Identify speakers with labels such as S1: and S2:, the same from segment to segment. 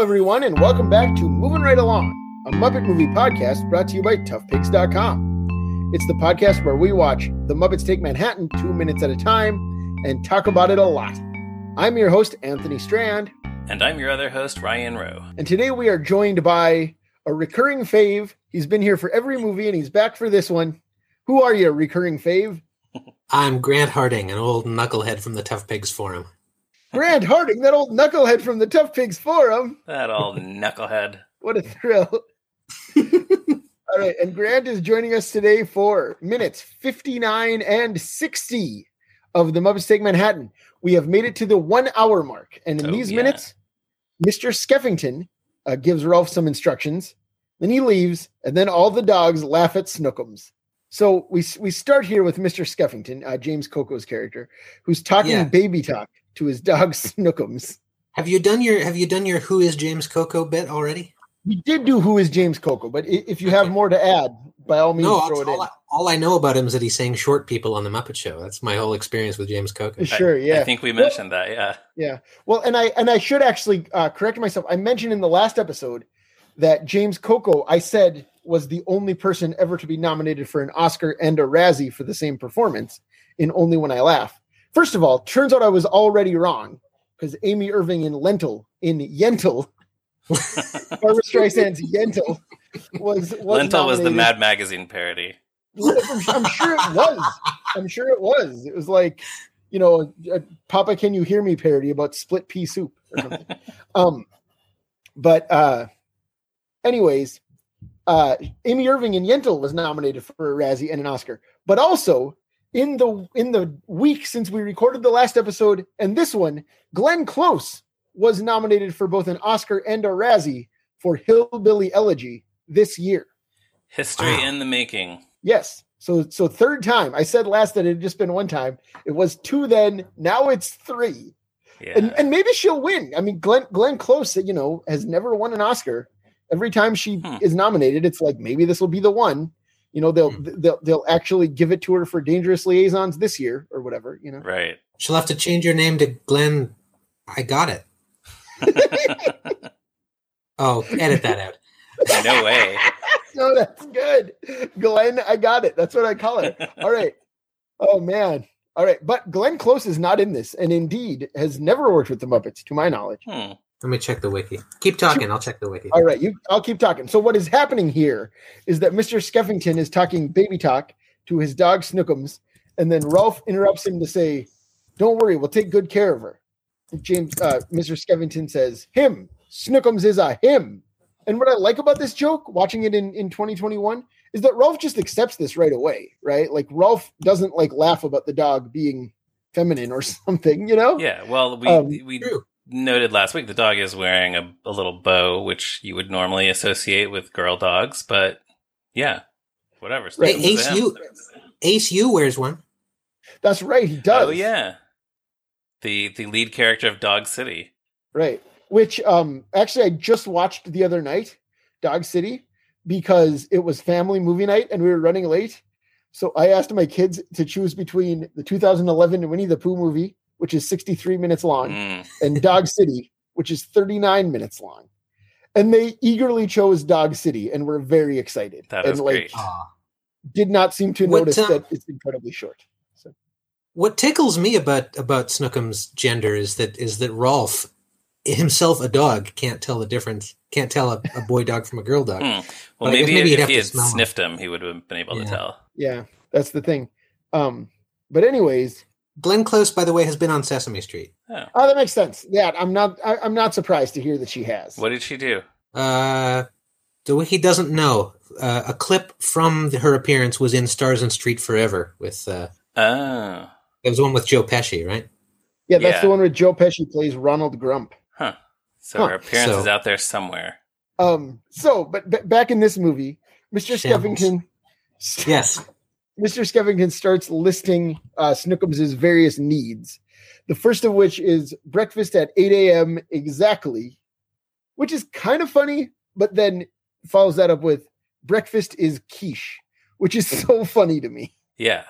S1: everyone, and welcome back to Moving Right Along, a Muppet movie podcast brought to you by ToughPicks.com. It's the podcast where we watch The Muppets Take Manhattan two minutes at a time and talk about it a lot. I'm your host, Anthony Strand,
S2: And I'm your other host, Ryan Rowe.
S1: and today we are joined by a recurring fave. He's been here for every movie, and he's back for this one. Who are you, recurring fave?
S3: I'm Grant Harding, an old knucklehead from the Tough Pigs Forum.
S1: Grant Harding, that old knucklehead from the Tough Pigs Forum.
S2: That old knucklehead.
S1: What a thrill. All right. And Grant is joining us today for minutes 59 and 60 of the Muppets Take Manhattan. We have made it to the one hour mark. And in
S2: Oh,
S1: these
S2: yeah.
S1: minutes, Mr. Skeffington uh, gives Rolf some instructions. Then he leaves. And then all the dogs laugh at Snookums. So we, s- we start here with Mr. Skeffington, uh, James Coco's character, who's talking
S3: Yeah.
S1: baby talk to his dog Snookums.
S3: Have you done your Have you done your Who is James Coco bit already?
S1: We did do who is James Coco, but i- if you have more to add, by all means,
S3: No, all,
S1: throw it
S3: all I,
S1: in.
S3: all I know about him is that he sang short people on the Muppet Show. That's my whole experience with James Coco.
S1: Sure,
S2: I
S1: yeah.
S2: think we mentioned that, yeah.
S1: Well, and I and I should actually uh, correct myself. I mentioned in the last episode that James Coco, I said, was the only person ever to be nominated for an Oscar and a Razzie for the same performance in Only When I Laugh. First of all, turns out I was already wrong because Amy Irving in Lentil in Yentil, Barbara Streisand's Yentil was, was
S2: Lentil was the
S1: nominated.
S2: Mad Magazine parody.
S1: I'm, I'm sure it was. I'm sure it was. It was like, you know, a Papa Can You Hear Me parody about split pea soup or something. um, but uh, anyways, uh, Amy Irving and Yentl was nominated for a Razzie and an Oscar, but also in the in the week since we recorded the last episode and this one, Glenn Close was nominated for both an Oscar and a Razzie for Hillbilly Elegy this year.
S2: History
S3: Wow.
S2: in the making.
S1: Yes. So so third time. I said last that it had just been one time. It was two then. Now it's three.
S2: Yeah.
S1: And and maybe she'll win. I mean, Glenn Glenn Close, you know, has never won an Oscar. Every time she
S2: Hmm.
S1: is nominated, it's like maybe this will be the one. You know, they'll they'll they'll actually give it to her for Dangerous Liaisons this year or whatever. You know.
S2: right.
S3: She'll have to change your name to Glenn. I got it. Oh, edit that out.
S2: No way.
S1: No, that's good. Glenn, I got it. That's what I call it. All right. Oh man. All right. But Glenn Close is not in this, and indeed has never worked with the Muppets, to my knowledge.
S2: Hmm.
S3: Let me check the wiki. Keep talking. I'll check the wiki.
S1: All right, you. I'll keep talking. So what is happening here is that Mr. Skeffington is talking baby talk to his dog Snookums, and then Ralph interrupts him to say, "Don't worry, we'll take good care of her." And James, uh, Mr. Skeffington says, "Him, Snookums is a him." And what I like about this joke, watching it in in 2021, is that Ralph just accepts this right away, right? Like Ralph doesn't like laugh about the dog being feminine or something, you know?
S2: Yeah. Well, we
S1: Um,
S2: we
S3: True.
S2: noted last week the dog is wearing a, a little bow, which you would normally associate with girl dogs, but yeah, whatever. Oh,
S1: Right.
S2: Snookums is
S3: Ace,
S2: him.
S3: you- Ace, you wears one.
S1: That's right, he does.
S2: Oh yeah. The the lead character of Dog City.
S1: Right. Which um actually I just watched the other night, Dog City, because it was family movie night and we were running late. So I asked my kids to choose between the 2011 Winnie the Pooh movie, which is 63 minutes long,
S2: Mm.
S1: and Dog City, which is 39 minutes long. And they eagerly chose Dog City and were very excited.
S2: That
S1: and
S2: is
S1: like
S2: great.
S3: Aw.
S1: did not seem to
S3: What
S1: notice
S3: time-
S1: that it's incredibly short. So
S3: What tickles me about about Snookum's gender is that is that Rolf himself a dog can't tell the difference. Can't tell a, a boy dog from a girl dog.
S2: Hmm. Well,
S3: But I guess
S2: maybe,
S3: maybe you'd
S2: if
S3: have
S2: he
S3: to
S2: had
S3: smell 'em.
S2: sniffed him, he would have been able to
S3: Yeah.
S2: tell.
S1: yeah, that's the thing. Um, but anyways,
S3: Glenn Close, by the way, has been on Sesame Street.
S1: Oh, that makes sense. Yeah, I'm not. I, I'm not surprised to hear that she has.
S2: What did she do?
S3: Uh, the wiki doesn't know. Uh, a clip from the, her appearance was in Stars and Street Forever with uh,
S2: Oh,
S3: it was one with Joe Pesci, right?
S1: yeah, that's the
S2: yeah.
S1: one where Joe Pesci plays Ronald Grump.
S2: so
S1: Huh.
S2: her appearance
S3: So-
S2: is out there somewhere.
S1: Um. So, but b- back in this movie, Mr.
S3: Shambles.
S1: Skeffington, st-
S3: Yes.
S1: Mr. Skeffington starts listing uh, Snookums' various needs. The first of which is breakfast at 8 a.m. exactly, which is kind of funny, but then follows that up with breakfast is quiche, which is so funny to me.
S2: Yeah.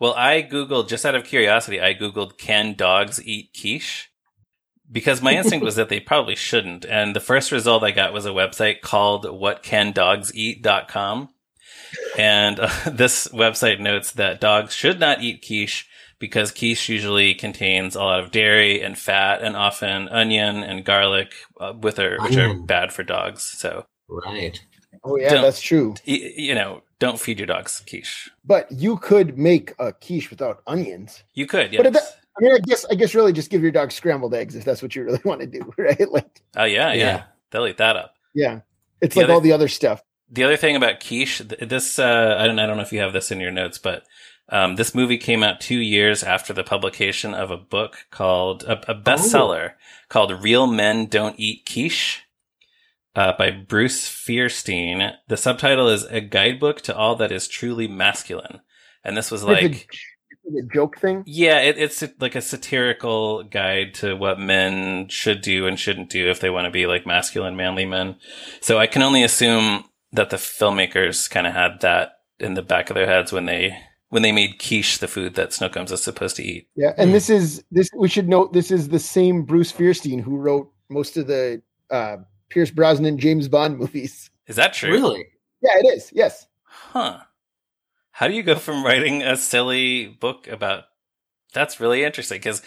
S2: Well, I Googled, just out of curiosity, I Googled, can dogs eat quiche? because my instinct was that they probably shouldn't. And the first result I got was a website called whatcandogseat.com. And uh, this website notes that dogs should not eat quiche because quiche usually contains a lot of dairy and fat and often onion and garlic, uh, with or, which are
S3: Onion.
S2: bad for dogs. So,
S3: Right.
S1: Oh yeah,
S2: Don't-
S1: that's true.
S2: y- you know, don't feed your dogs quiche.
S1: But you could make a quiche without onions.
S2: You could,
S1: But if
S2: yes.
S1: I mean, I guess I guess really just give your dog scrambled eggs if that's what you really want to do, right? Like,
S2: Oh, yeah, yeah,
S3: Yeah.
S2: They'll eat that up.
S1: yeah, it's
S2: The
S1: like
S2: other-
S1: all the other stuff.
S2: the other thing about quiche th- this uh, i don't i don't know if you have this in your notes but um, this movie came out two years after the publication of a book called a, a bestseller called real men don't eat quiche uh, by bruce fierstein the subtitle is a guidebook to all that is truly masculine and this was
S1: Like a-
S2: like
S1: The joke thing.
S2: yeah it, it's like a satirical guide to what men should do and shouldn't do if they want to be like masculine manly men so I can only assume that the filmmakers kind of had that in the back of their heads when they when they made quiche the food that Snookums is supposed to eat.
S1: Yeah, and
S3: Hmm.
S1: this is this. We should note this is the same Bruce Fierstein who wrote most of the uh, Pierce Brosnan James Bond movies.
S2: Is that true?
S3: Really?
S1: Yeah, it is. Yes,
S2: Huh. How do you go from writing a silly book about that's really interesting because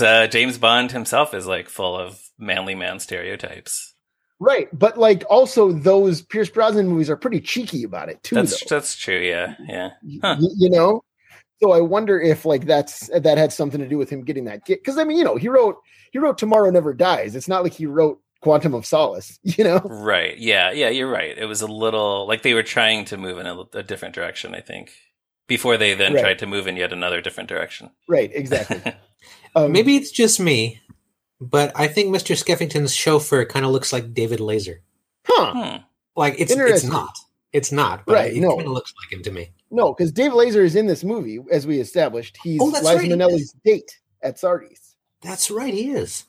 S2: uh, James Bond himself is like full of manly man stereotypes.
S1: right. But like also those Pierce Brosnan movies are pretty cheeky about it too.
S2: That's
S1: though.
S2: that's true. Yeah, yeah. Huh.
S1: Y- you know so i wonder if like that's that had something to do with him getting that gig because i mean you know he wrote he wrote tomorrow never dies it's not like he wrote quantum of solace you know
S2: Right. Yeah. Yeah. You're right. It was a little like they were trying to move in a, a different direction, I think, before they then
S1: Right.
S2: tried to move in yet another different direction.
S1: right exactly um,
S3: Maybe it's just me, but I think Mr. Skeffington's chauffeur kind of looks like David Laser.
S1: huh
S2: Hmm.
S3: Like it's it's
S1: Interesting.
S3: not. It's not, but
S1: Right,
S3: it
S1: no.
S3: kind of looks like him to me.
S1: no because dave laser is in this movie as we established he's
S3: Oh, that's
S1: liza
S3: right, he
S1: minnelli's date at sardi's
S3: That's right, he is.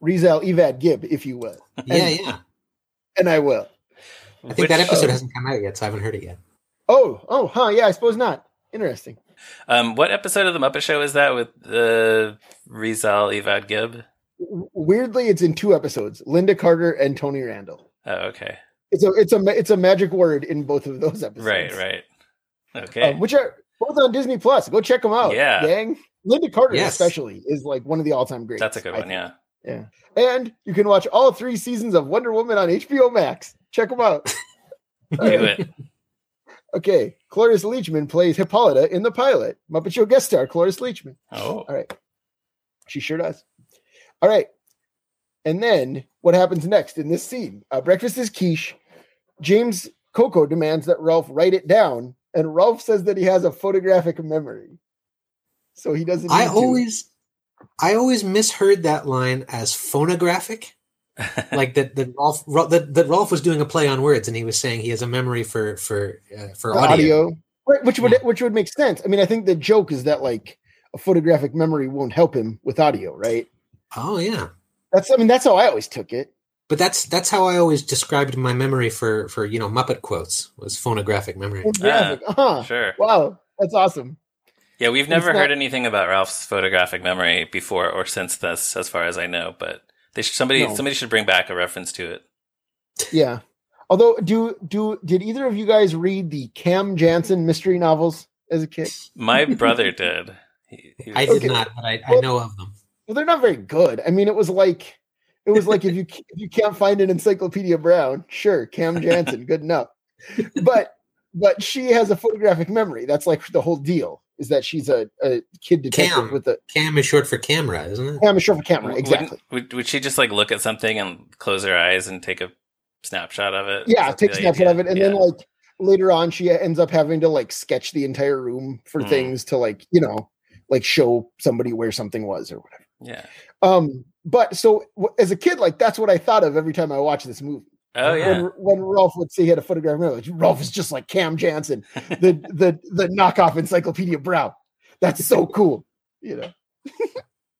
S1: rizal evad gibb if you will
S3: Yeah, yeah.
S1: and i will
S3: I think that
S2: Which-
S3: episode
S1: uh,
S3: hasn't come out yet, so I haven't heard it yet.
S1: oh oh huh yeah i suppose not interesting
S2: Um, what episode of the Muppet Show is that with uh, Rizal Evad Gibb?
S1: W- weirdly it's in two episodes linda carter and tony randall
S2: Oh, okay.
S1: it's a it's a ma- it's a magic word in both of those episodes
S2: Right. Right. Okay.
S1: um, which are both on Disney Plus. Go check them out.
S2: Yeah.
S1: gang. Linda Carter
S3: Yes.
S1: especially is like one of the all-time greats.
S2: that's a good
S1: I
S2: one.
S1: think.
S2: Yeah.
S1: And you can watch all three seasons of Wonder Woman on HBO Max. Check them out. All
S2: Do
S1: right.
S2: it.
S1: Okay. Cloris Leachman plays Hippolyta in the pilot. Muppet Show guest star Cloris Leachman.
S2: Oh.
S1: All right. She sure does. All right. And then what happens next in this scene? Uh, breakfast is quiche. James Coco demands that Ralph write it down, and Ralph says that he has a photographic memory. So he doesn't.
S3: I
S1: need to.
S3: always I always misheard that line as phonographic. Like that that Rolf Ro- that, that Rolf was doing a play on words and he was saying he has a memory for for uh, for
S1: The
S3: audio.
S1: Right, which would which would make sense. I mean, I think the joke is that like a photographic memory won't help him with audio, right?
S3: Oh yeah.
S1: That's I mean, that's how I always took it.
S3: But that's that's how I always described my memory for for you know Muppet quotes was phonographic memory.
S1: Photographic. uh-huh.
S2: Sure.
S1: Wow, that's awesome.
S2: Yeah, we've never
S1: It's not-
S2: heard anything about Ralph's photographic memory before or since this, as far as I know. But they should, somebody
S1: No.
S2: somebody should bring back a reference to it.
S1: Yeah. Although, do do did either of you guys read the Cam Jansen mystery novels as a kid?
S2: My brother did. He, he
S3: I
S2: was-
S3: did
S1: Okay.
S3: not, but I, I
S1: Well-
S3: know of them.
S1: Well, they're not very good. I mean, it was like it was like if you if you can't find an Encyclopedia Brown, sure, Cam Jansen, good enough. But but she has a photographic memory. That's like the whole deal. Is that she's a, a kid detective
S3: Cam.
S1: with a
S3: Cam is short for camera, isn't it?
S1: Cam is short for camera.
S2: Wouldn't-
S1: Exactly.
S2: Would, would she just like look at something and close her eyes and take a snapshot of it?
S1: Yeah,
S2: Something
S1: take a
S2: like-
S1: snapshot of it, and
S2: yeah.
S1: then like later on, she ends up having to like sketch the entire room for
S2: Hmm.
S1: things to like you know like show somebody where something was or whatever.
S2: yeah.
S1: Um, but so w- as a kid, like that's what I thought of every time I watched this movie.
S2: Oh yeah.
S1: When, when Rolf would say he had a photograph memory, like, Rolf is just like Cam Jansen, the the the knockoff Encyclopedia Brown. That's so cool, you know.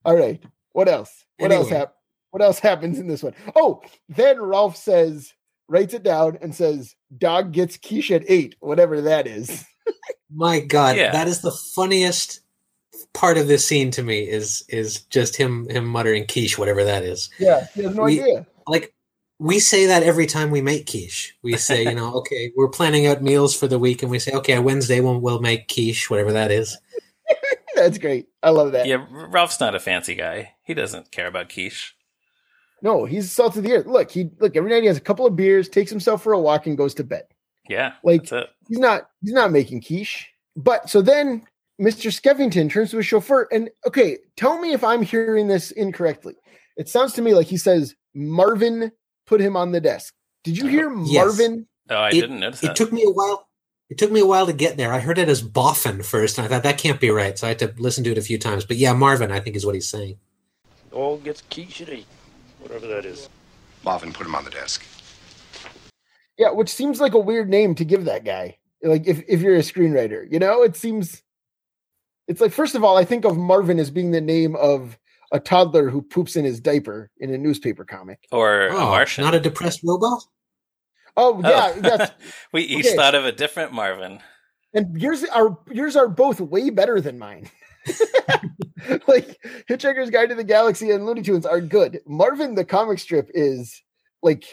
S1: All right, what else? What else
S3: Anyway.
S1: hap- What else happens in this one? Oh, then Rolf says, writes it down and says, "Dog gets quiche at eight, whatever that is."
S3: My God,
S2: Yeah.
S3: that is the funniest part of this scene to me is is just him him muttering quiche, whatever that is.
S1: Yeah, he has no
S3: We-
S1: idea.
S3: Like we say that every time we make quiche. We say, you know, okay, we're planning out meals for the week, and we say, okay, Wednesday we'll, we'll make quiche, whatever that is.
S1: That's great. I love that.
S2: Yeah, R- Ralph's not a fancy guy. He doesn't care about quiche.
S1: No, he's salt of the earth. Look, he look every night he has a couple of beers, takes himself for a walk, and goes to bed.
S2: Yeah,
S1: Like
S2: that's it.
S1: he's not he's not making quiche. But so then Mr. Skeffington turns to his chauffeur and okay, tell me if I'm hearing this incorrectly. It sounds to me like he says Marvin put him on the desk. Did you hear
S3: Yes.
S1: Marvin?
S2: Oh, I
S3: it-
S2: didn't notice that.
S3: It took me a while. It took me a while to get there. I heard it as boffin first, and I thought that can't be right. So I had to listen to it a few times. But yeah, Marvin, I think is what he's saying.
S4: All gets quiche today, whatever that is.
S5: Marvin put him on the desk.
S1: Yeah, which seems like a weird name to give that guy. Like if if you're a screenwriter, you know, it seems it's like first of all, I think of Marvin as being the name of a toddler who poops in his diaper in a newspaper comic.
S2: or a
S3: Oh,
S2: Martian.
S3: not a depressed robot.
S1: Oh
S2: Oh.
S1: yeah, that's
S2: we each
S1: Okay.
S2: thought of a different Marvin.
S1: and yours are yours are both way better than mine. like Hitchhiker's Guide to the Galaxy and Looney Tunes are good. Marvin the comic strip is like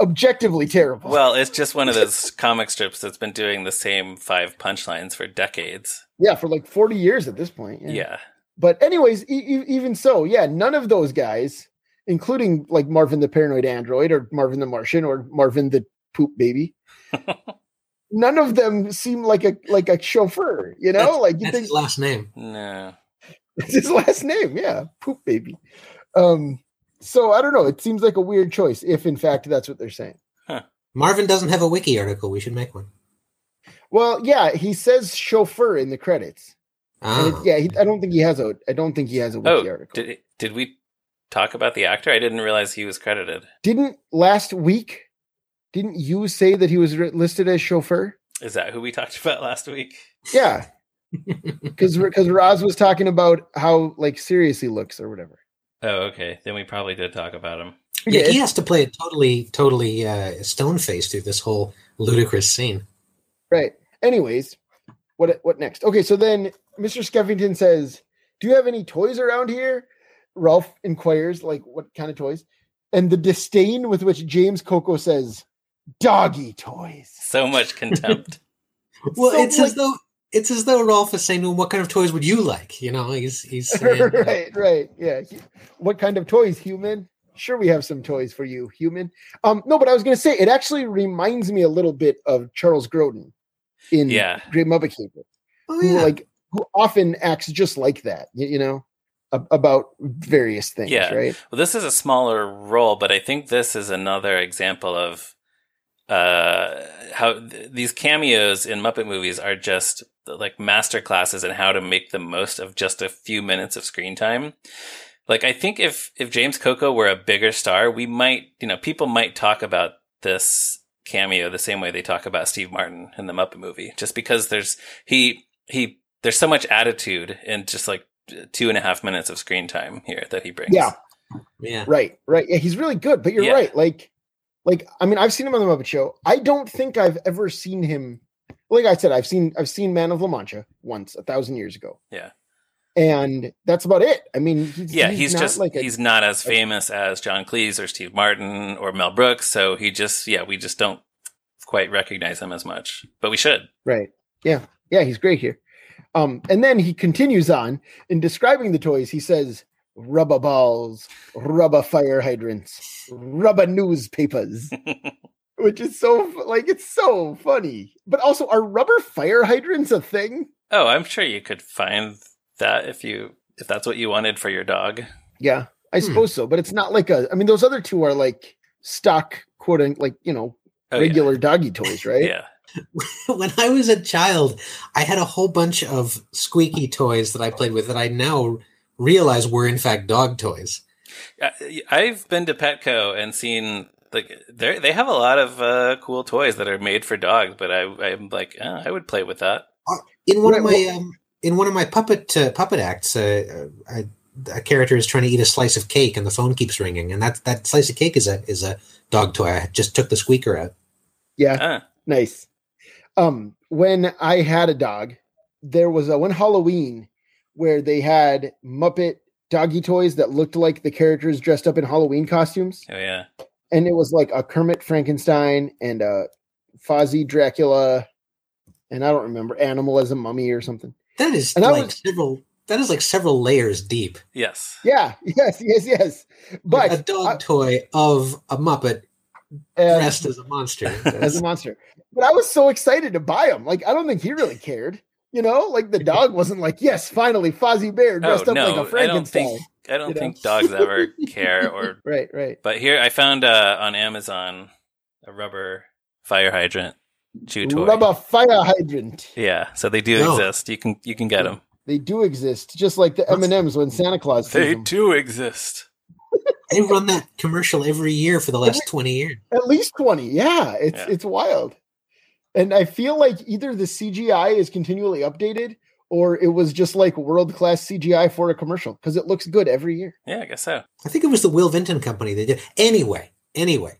S1: objectively terrible.
S2: Well, it's just one of those comic strips that's been doing the same five punchlines for decades.
S1: yeah, for like forty years at this point.
S2: Yeah.
S1: But anyways, e- e- even so, yeah, none of those guys, including like Marvin the paranoid android or Marvin the Martian or Marvin the poop baby. None of them seem like a like a chauffeur, you know. like you
S3: That's
S1: think
S3: his last name.
S2: No.
S1: It's his last name, yeah. Poop baby. Um, so I don't know. It seems like a weird choice, if in fact that's what they're saying.
S3: Marvin doesn't have a wiki article. We should make one.
S1: Well, yeah, he says chauffeur in the credits. And
S3: Ah,
S1: it- Uh, yeah, he, I don't think he has a. I don't think he has a wiki
S2: Oh,
S1: article.
S2: did did we talk about the actor? I didn't realize he was credited.
S1: didn't last week? Didn't you say that he was ri- listed as chauffeur?
S2: Is that who we talked about last week?
S1: Yeah, because because Roz was talking about how like serious he looks or whatever.
S2: Oh, okay. Then we probably did talk about him.
S3: yeah,
S1: Yeah,
S3: he has to play it totally, totally uh, stone faced through this whole ludicrous scene.
S1: Right. Anyways, what what next? Okay, so then Mr. Skeffington says, "Do you have any toys around here?" Ralph inquires, "Like what kind of toys?" And the disdain with which James Coco says, "Doggy toys."
S2: So much contempt.
S3: Well,
S1: So,
S3: it's as
S1: like-
S3: though it's as though Rolf is saying, "Well, what kind of toys would you like?" You know, he's he's saying, uh,
S1: right, right, yeah. He- What kind of toys, human? Sure, we have some toys for you, human. Um, no, but I was going to say it actually reminds me a little bit of Charles Grodin in
S2: yeah.
S1: Great Muppet Caper.
S3: "Oh
S1: who
S3: yeah,
S1: like who often acts just like that y- you, know ab- about various things
S2: Yeah.
S1: right
S2: Well, this is a smaller role, but I think this is another example of uh, how th- these cameos in Muppet movies are just like master classes in how to make the most of just a few minutes of screen time. Like, I think if if James Coco were a bigger star, we might, you know, people might talk about this cameo the same way they talk about Steve Martin in the Muppet movie, just because there's he he there's so much attitude in just like two and a half minutes of screen time here that he brings.
S1: Yeah.
S3: yeah."
S1: right right yeah he's really good but you're
S2: Yeah.
S1: right like like i mean i've seen him on the muppet show i don't think i've ever seen him like i said i've seen i've seen man of la mancha once a thousand years ago
S2: Yeah.
S1: and that's about it i mean he's,
S2: Yeah, he's,
S1: not
S2: just
S1: like a,
S2: he's not as famous as John Cleese or Steve Martin or Mel Brooks, so he just yeah, we just don't quite recognize him as much. But we should.
S1: Right. Yeah. Yeah. He's great here. Um, and then he continues on in describing the toys. He says, rubber balls, rubber fire hydrants, rubber newspapers, which is so fu- like it's so funny. But also, are rubber fire hydrants a thing?
S2: Oh, I'm sure you could find that if you if that's what you wanted for your dog.
S1: Yeah, I
S3: Hmm.
S1: suppose so. But it's not like a. I mean, those other two are like stock quoting, like you know,
S2: Oh,
S1: regular doggy toys,
S2: yeah.
S1: right?
S2: yeah.
S3: when I was a child, I had a whole bunch of squeaky toys that I played with that I now realize were in fact dog toys.
S2: I, I've been to Petco and seen like they they have a lot of uh, cool toys that are made for dogs, but I I'm like, uh I would play with that.
S3: In one of
S1: Right,
S3: my um, in one of my puppet uh, puppet acts, uh, uh, I, a character is trying to eat a slice of cake, and the phone keeps ringing, and that that slice of cake is a is a dog toy. I just took the squeaker out.
S1: Yeah.
S2: Uh,
S1: Nice. Um, when I had a dog, there was a one Halloween, where they had Muppet doggy toys that looked like the characters dressed up in Halloween costumes,
S2: Oh yeah.
S1: and it was like a Kermit Frankenstein and a Fozzie Dracula, and I don't remember Animal as a mummy or something.
S3: That is
S1: And that
S3: like
S1: was-
S3: several. That is like several layers deep.
S2: Yes.
S1: Yeah, yes, yes, yes. But
S3: a dog
S1: I-
S3: toy of a Muppet
S1: and-
S3: dressed as a monster.
S1: as a monster. But I was so excited to buy him. Like I don't think he really cared. You know, like the dog wasn't like, yes, finally Fozzie Bear dressed
S2: oh
S1: up
S2: no,
S1: like a
S2: I don't
S1: Frankenstein.
S2: think I don't
S1: you know?
S2: think dogs ever care or.
S1: Right, right.
S2: But here I found uh, on Amazon a rubber fire hydrant chew toy.
S1: Rubber fire hydrant.
S2: Yeah, so they do
S3: No.
S2: exist. You can you can get them.
S1: They do exist, just like the M and M's when Santa Claus sees
S2: They
S1: them.
S2: do exist.
S3: they run that commercial every year for the last twenty years.
S1: At least twenty. Yeah, it's
S2: Yeah.
S1: it's wild. And I feel like either the CGI is continually updated, or it was just like world class CGI for a commercial because it looks good every year.
S2: Yeah, I guess so.
S3: I think it was the Will Vinton company that did. Anyway, anyway,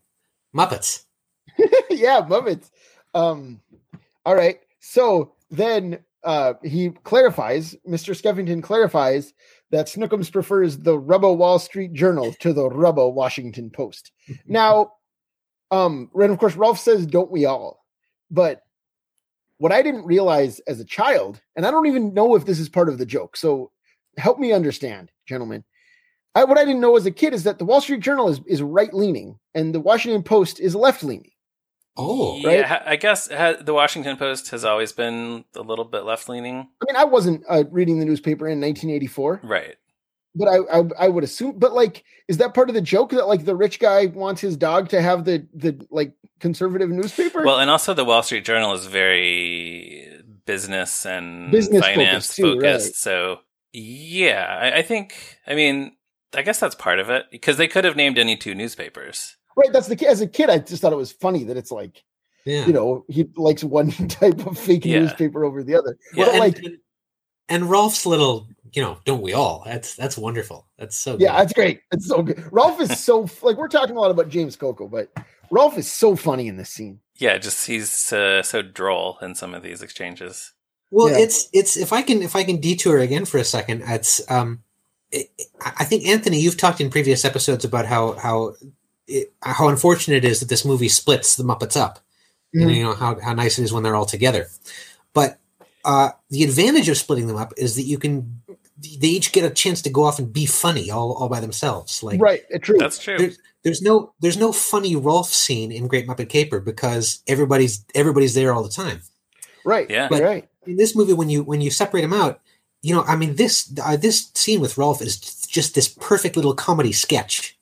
S3: Muppets.
S1: yeah, Muppets. Um, all right. So then uh, he clarifies, Mr. Skeffington clarifies that Snookums prefers the Rubbo Wall Street Journal to the Rubbo Washington Post. Now, um, and of course, Ralph says, don't we all? But what I didn't realize as a child, and I don't even know if this is part of the joke, so help me understand, gentlemen. I, what I didn't know as a kid is that the Wall Street Journal is, is right leaning and the Washington Post is left leaning.
S3: Oh,
S2: yeah,
S1: right?
S2: ha- I guess ha- the Washington Post has always been a little bit left leaning.
S1: I mean, I wasn't uh, reading the newspaper in 1984,
S2: Right.
S1: but I, I I would assume. But like, is that part of the joke that like the rich guy wants his dog to have the the like conservative newspaper?
S2: Well, and also the Wall Street Journal is very business and
S1: Business
S2: finance
S1: focused, too,
S2: focused.
S1: right.
S2: So yeah, I, I think. I mean, I guess that's part of it because they could have named any two newspapers.
S1: right. That's the ki- as a kid, I just thought it was funny that it's like
S3: yeah.
S1: you know he likes one type of fake
S2: Yeah.
S1: newspaper over the other.
S2: Yeah.
S1: But,
S3: and,
S1: like,
S3: and, and Rolf's little, you know, don't we all? That's that's wonderful. That's so.
S1: yeah,
S3: good.
S1: that's great. It's so good. Rolf is so f- like we're talking a lot about James Coco, but Rolf is so funny in this scene.
S2: Yeah, just he's uh, so droll in some of these exchanges.
S3: Well,
S1: Yeah.
S3: it's it's if I can if I can detour again for a second, it's um, it, I I think Anthony, you've talked in previous episodes about how how it, how unfortunate it is that this movie splits the Muppets up. and
S1: Mhm.
S3: you know how, how nice it is when they're all together but uh, the advantage of splitting them up is that you can they each get a chance to go off and be funny all, all by themselves like
S1: right, uh, true.
S2: That's true.
S3: there's, there's no there's no funny rolf scene in great muppet caper because everybody's everybody's there all the time
S1: Right,
S2: Yeah.
S1: you're right.
S3: in this movie when you when you separate them out you know i mean this uh, this scene with rolf is just this perfect little comedy sketch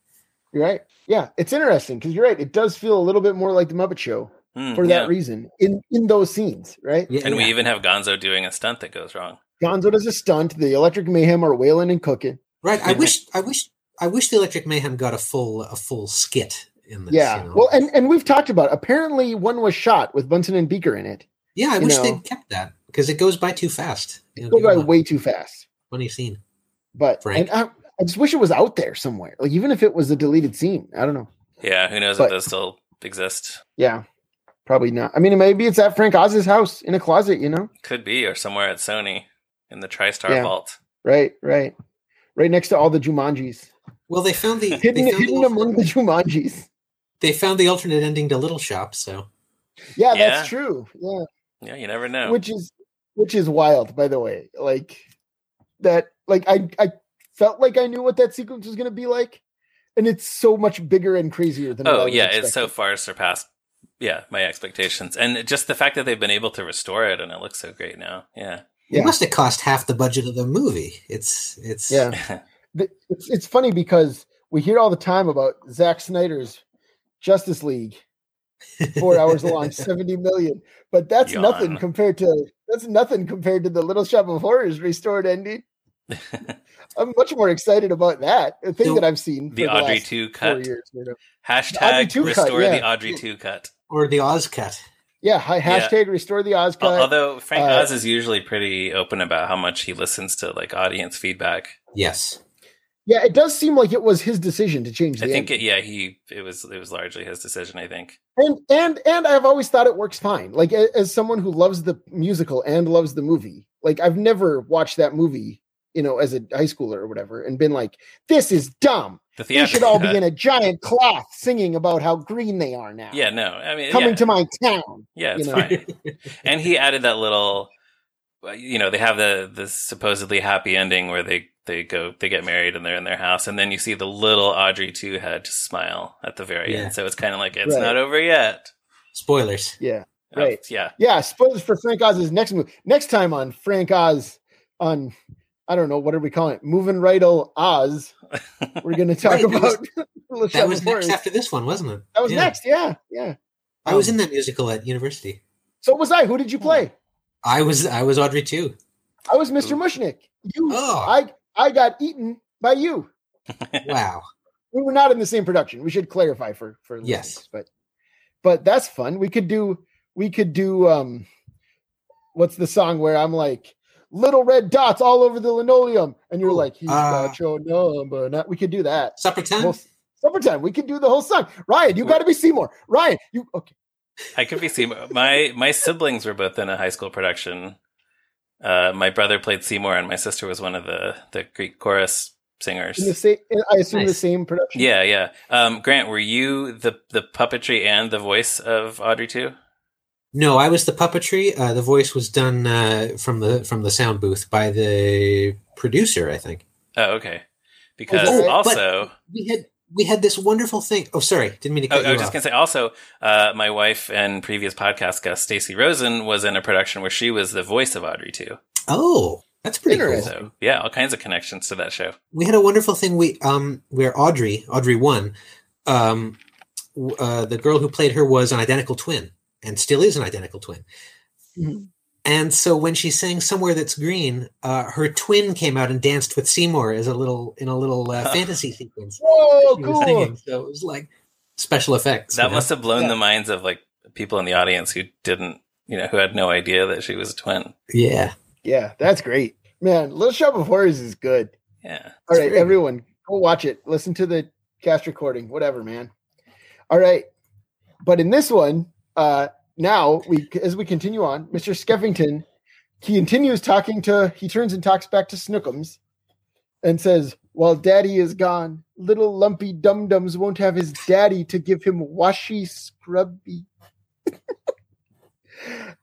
S1: You're right. Yeah, it's interesting because you're right. It does feel a little bit more like the Muppet Show.
S2: Mm,
S1: for
S2: yeah.
S1: that reason in in those scenes, right?
S3: yeah,
S2: And we
S3: yeah.
S2: even have Gonzo doing a stunt that goes wrong.
S1: Gonzo does a stunt. The Electric Mayhem are wailing and cooking.
S3: right i wish i wish i wish the electric mayhem got a full a full skit in this
S1: yeah.
S3: you know?
S1: Well, and and we've talked about. it. Apparently, one was shot with Bunsen and Beaker in it.
S3: Yeah, I
S1: you
S3: wish
S1: know.
S3: they'd kept that because it goes by too fast. You know,
S1: Go
S3: give
S1: by
S3: them a
S1: way too fast.
S3: funny scene.
S1: But
S3: Frank?
S1: and I, I just wish it was out there somewhere. Like even if it was a deleted scene, I don't know.
S2: Yeah, who knows
S1: But-
S2: if those still exist?
S1: Yeah, probably not. I mean, maybe it's at Frank Oz's house in a closet. You know,
S2: Could be, or somewhere at Sony in the TriStar
S1: Yeah.
S2: vault.
S1: right, right, right next to all the Jumanjis,
S3: Well, they found the they
S1: hidden
S3: found
S1: hidden
S3: the,
S1: among the Jumanjis.
S3: they found the alternate ending to Little Shop. So
S1: Yeah,
S2: Yeah.
S1: that's true. Yeah.
S2: Yeah, you never know.
S1: which is which is wild by the way like that like i i felt like i knew what that sequence was going to be like and it's so much bigger and crazier than what I
S2: oh
S1: was
S2: yeah, it's so
S1: expecting.
S2: far surpassed. Yeah, my expectations, and it- just the fact that they've been able to restore it and it looks so great now. Yeah,
S1: Yeah.
S3: it must have cost half the budget of the movie. It's it's
S1: yeah The- it's, it's funny because we hear all the time about Zack snyder's justice league four hours long 70 million but that's
S2: Yawn.
S1: nothing compared to that's nothing compared to the little shop of horrors restored ending i'm much more excited about that a thing
S3: So,
S1: that i've seen for
S2: the Audrey
S1: last
S2: two
S1: four
S2: cut
S1: years you know. Audrey
S2: hashtag
S1: two cut,
S2: restore
S1: yeah.
S2: the Audrey two cut.
S3: Or the Oz cut.
S1: Yeah, hi,
S2: Yeah.
S1: hashtag restore the Oz
S2: Al-
S1: cut.
S2: Although Frank
S1: uh,
S2: Oz is usually pretty open about how much he listens to like audience feedback.
S3: Yes.
S1: yeah, it does seem like it was his decision to change the
S2: I think it,
S1: ending.
S2: yeah, he it was it was largely his decision. I think.
S1: and and and I've always thought it works fine. Like a- as someone who loves the musical and loves the movie, like I've never watched that movie you know, as a high schooler or whatever, and been like, "This is dumb.
S2: The
S1: They
S2: theatrical
S1: should all
S2: cut.
S1: be in a giant cloth singing about how green they are now.
S2: Yeah, no. I mean,
S1: coming
S2: yeah,
S1: to my town.
S2: yeah, it's
S1: you know.
S2: fine. and he added that little, well, you know, they have the the supposedly happy ending where they they go they get married and they're in their house, and then you see the little Audrey two head just smile at the very
S3: Yeah.
S2: end. So it's kind of like it's
S1: Right.
S2: not over yet.
S3: Spoilers.
S1: Yeah,
S2: Oh,
S1: Right.
S2: yeah.
S1: yeah. Spoilers for Frank Oz's next move. Next time on Frank Oz on." I don't know what are we calling it? Moving right o Oz. We're going to talk
S3: Right, that was-
S1: about Little Shop
S3: That
S1: of
S3: was next
S1: Horrors.
S3: after this one, wasn't it?
S1: That was
S3: Yeah.
S1: next. Yeah, yeah.
S3: I was in that musical at university.
S1: So was I. Who did you
S3: Hmm.
S1: play?
S3: I was I was Audrey too.
S1: I was Mr. Mushnick. You.
S3: Oh
S1: I I got eaten by you.
S3: wow.
S1: We were not in the same production. We should clarify for for listeners,
S3: Yes.
S1: but but that's fun. We could do we could do um, what's the song where I'm like little red dots all over the linoleum, and you're like he's
S3: uh,
S1: got your number. Not, we could do that.
S3: Supper time?
S1: Well, summertime. We could do the whole song. Ryan, you got to be Seymour. Ryan, you okay?
S2: I could be Seymour. My my siblings were both in a high school production. Uh, my brother played Seymour, and my sister was one of the the Greek chorus singers.
S1: In the same, I assume the
S3: Nice.
S1: same production.
S2: Yeah, yeah. Um, Grant, were you the the puppetry and the voice of Audrey too?
S3: no, I was the puppetry. Uh, the voice was done uh, from the from the sound booth by the producer, I think.
S2: Oh, okay. Because
S1: Oh, but-
S2: also,
S3: We had we had this wonderful thing. Oh, sorry, didn't mean to
S2: oh,
S3: cut
S2: I
S3: you
S2: was
S3: off.
S2: just gonna say, also, uh, my wife and previous podcast guest Stacy Rosen was in a production where she was the voice of Audrey too.
S3: Oh, that's pretty cool.
S1: Interesting.
S2: So yeah, all kinds of connections to that show.
S3: we had a wonderful thing we um where audrey audrey won um w- uh, the girl who played her was an identical twin and still is an identical twin
S1: Mhm.
S3: and so when she sang somewhere that's green uh, her twin came out and danced with seymour as a little in a little uh, fantasy sequence
S1: Whoa,
S3: she was
S1: Oh, cool.
S3: singing. so it was like special effects you
S2: That
S3: know?
S2: must have blown
S1: Yeah.
S2: the minds of like people in the audience who didn't, you know, who had no idea that she was a twin.
S3: yeah
S1: Yeah, that's great. Man, Little Shop of Horrors is good.
S2: Yeah.
S1: All right,
S3: It's very good.
S1: everyone, go watch it. Listen to the cast recording, whatever, man. All right. But in this one, uh now we as we continue on, Mr. Skeffington he continues talking to he turns and talks back to Snookums and says, While daddy is gone, little lumpy dum dums won't have his daddy to give him washy scrubby.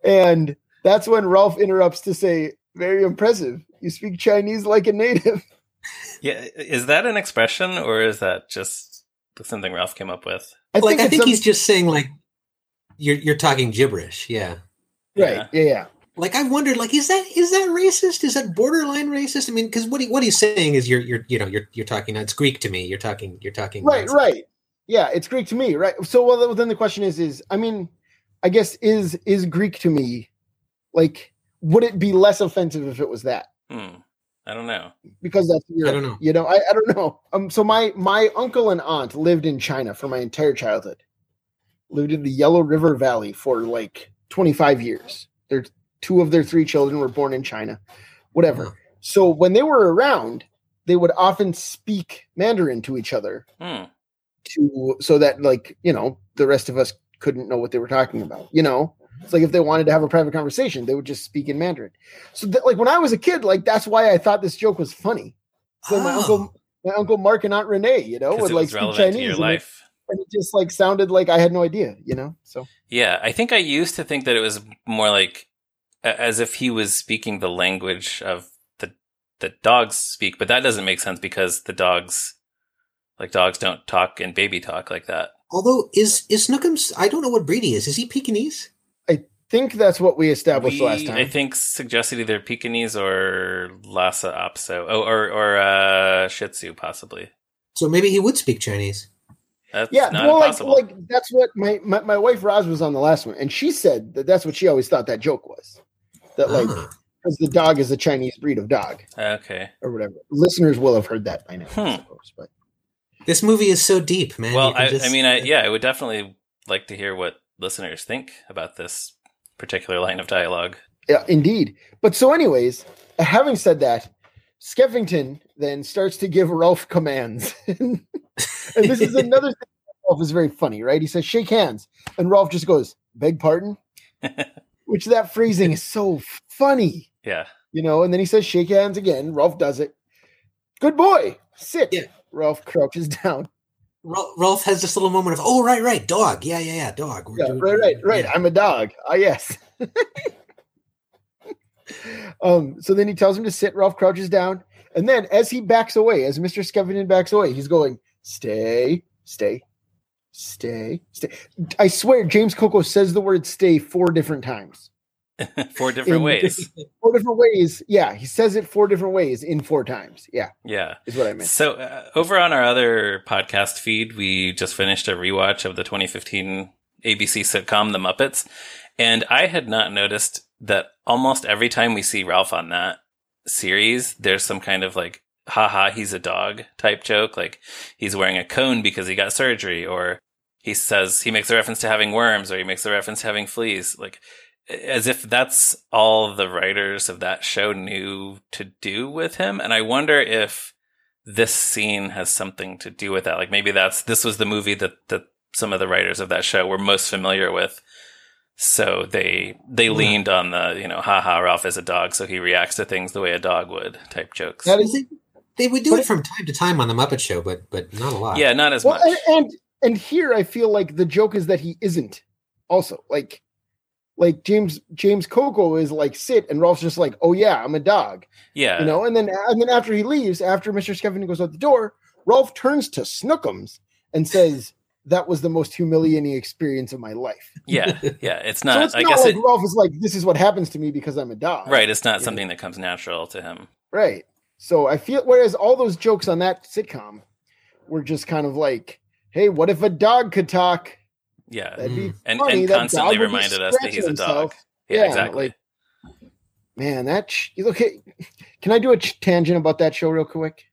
S1: and that's when Ralph interrupts to say, Very impressive. You speak Chinese like a native.
S2: Yeah. Is that an expression or is that just something Ralph came up with?
S1: I
S3: like i
S1: it's
S3: think
S1: some-
S3: he's just saying like you're, you're talking gibberish yeah
S1: right. Yeah, yeah.
S3: like I wondered, like is that is that racist? Is that borderline racist? I mean, because what he, what he's saying is you're you're you know you're you're talking it's Greek to me. You're talking you're talking
S1: Right,
S3: nonsense.
S1: right. Yeah, it's Greek to me, right? So well then the question is is I mean, I guess is is Greek to me like would it be less offensive if it was that?
S2: Hmm. I don't know.
S1: Because that's Europe,
S3: don't know.
S1: You know, I, I don't know. Um so my my uncle and aunt lived in China for my entire childhood. Lived in the Yellow River Valley for like 25 years. Their two of their three children were born in China. Whatever.
S3: Huh.
S1: So when they were around, they would often speak Mandarin to each other
S2: Hmm.
S1: to so that like you know the rest of us couldn't know what they were talking about you know it's like if they wanted to have a private conversation they would just speak in mandarin so that like when i was a kid like that's why i thought this joke was funny so my
S3: Oh.
S1: uncle my uncle mark and aunt renee you know
S2: 'Cause
S1: would
S2: it
S1: like
S2: was
S1: speak
S2: relevant
S1: chinese
S2: to your
S1: and, it,
S2: life.
S1: and it just like sounded like i had no idea you know so
S2: Yeah, I think I used to think that it was more like a- as if he was speaking the language of the the dogs speak, but that doesn't make sense because the dogs, like dogs, don't talk in baby talk like that.
S3: Although is is Snookums? I don't know what breed he is. Is he Pekingese?
S1: think that's what we established
S2: We,
S1: last time
S2: I think suggested either Pekingese or Lhasa Apso, oh, or or uh, Shih Tzu possibly.
S3: So maybe he would speak Chinese.
S2: That's
S1: yeah
S2: not
S1: well like,
S2: impossible.
S1: like that's what my, my my wife roz was on the last one and she said that that's what she always thought that joke was that like
S2: Oh.
S3: Ah.
S1: because the dog is a chinese breed of dog
S2: okay.
S1: or whatever. Listeners will have heard that by now, I
S2: Hmm.
S1: suppose. But
S3: This movie is so deep, man.
S2: Well,
S3: You can
S2: I,
S3: just- uh,
S2: I mean, I, yeah, I would definitely like to hear what listeners think about this particular line of dialogue.
S1: yeah, indeed. But so, anyways, uh, having said that, Skeffington then starts to give Ralph commands, and this is another thing. that Ralph is very funny, right? He says, "Shake hands," and Ralph just goes, "Beg pardon," which that phrasing is so funny.
S2: Yeah.
S1: you know, and then he says, shake hands again. Ralph does it. Good boy. Sit.
S3: Yeah.
S1: Ralph crouches down.
S3: Ra- Rolf has this little moment of, oh, right, right, dog. Yeah, yeah, yeah, dog. We're
S1: Yeah,
S3: doing-
S1: right, right, right. I'm a dog. Ah, yes. um, so then he tells him to sit. Ralph crouches down. And then as he backs away, as Mr. Skevington backs away, he's going, stay, stay, stay, stay. I swear, James Coco says the word stay four different times.
S2: Four different
S1: In-
S2: ways.
S1: Four different ways. Yeah, he says it four different ways in four times. Yeah,
S2: Yeah.
S1: is what I meant.
S2: So uh, over on our other podcast feed, we just finished a rewatch of the 2015 ABC sitcom The Muppets, and I had not noticed that almost every time we see Ralph on that series, there's some kind of like haha he's a dog type joke like he's wearing a cone because he got surgery or he says he makes a reference to having worms or he makes a reference to having fleas like as if that's all the writers of that show knew to do with him and i wonder if this scene has something to do with that like maybe that's this was the movie that that some of the writers of that show were most familiar with so they they
S3: Yeah.
S2: leaned on the you know haha ralph is a dog so he reacts to things the way a dog would type jokes
S1: That
S3: I think they would do
S1: But-
S3: it from time to time on the Muppet Show, but but not a lot.
S2: yeah not as much
S1: and, and and here I feel like the joke is that he isn't. Also, like like James James Coco is like sit, and Rolf's just like, oh yeah, I'm a dog,
S2: yeah
S1: you know. And then and then after he leaves, after Mister Skevington goes out the door, Rolf turns to Snookums and says. That was the most humiliating experience of my life.
S2: yeah yeah it's
S1: so
S2: not
S1: it's
S2: i
S1: not
S2: guess
S1: like
S2: it
S1: Rolf is like, "This is what happens to me because I'm a dog."
S2: right it's not
S1: Yeah.
S2: something that comes natural to him
S1: Right. So I feel whereas all those jokes on that sitcom were just kind of like, hey, what if a dog could talk?
S2: yeah
S1: That'd be
S3: Mm.
S2: and,
S1: funny.
S2: and
S1: That
S2: constantly
S1: dog would be
S2: reminded us that
S1: scratching
S2: he's a dog
S1: himself.
S2: yeah,
S1: Yeah,
S2: exactly
S1: like- Man, that sh- okay. Can I do a ch- tangent about that show real quick?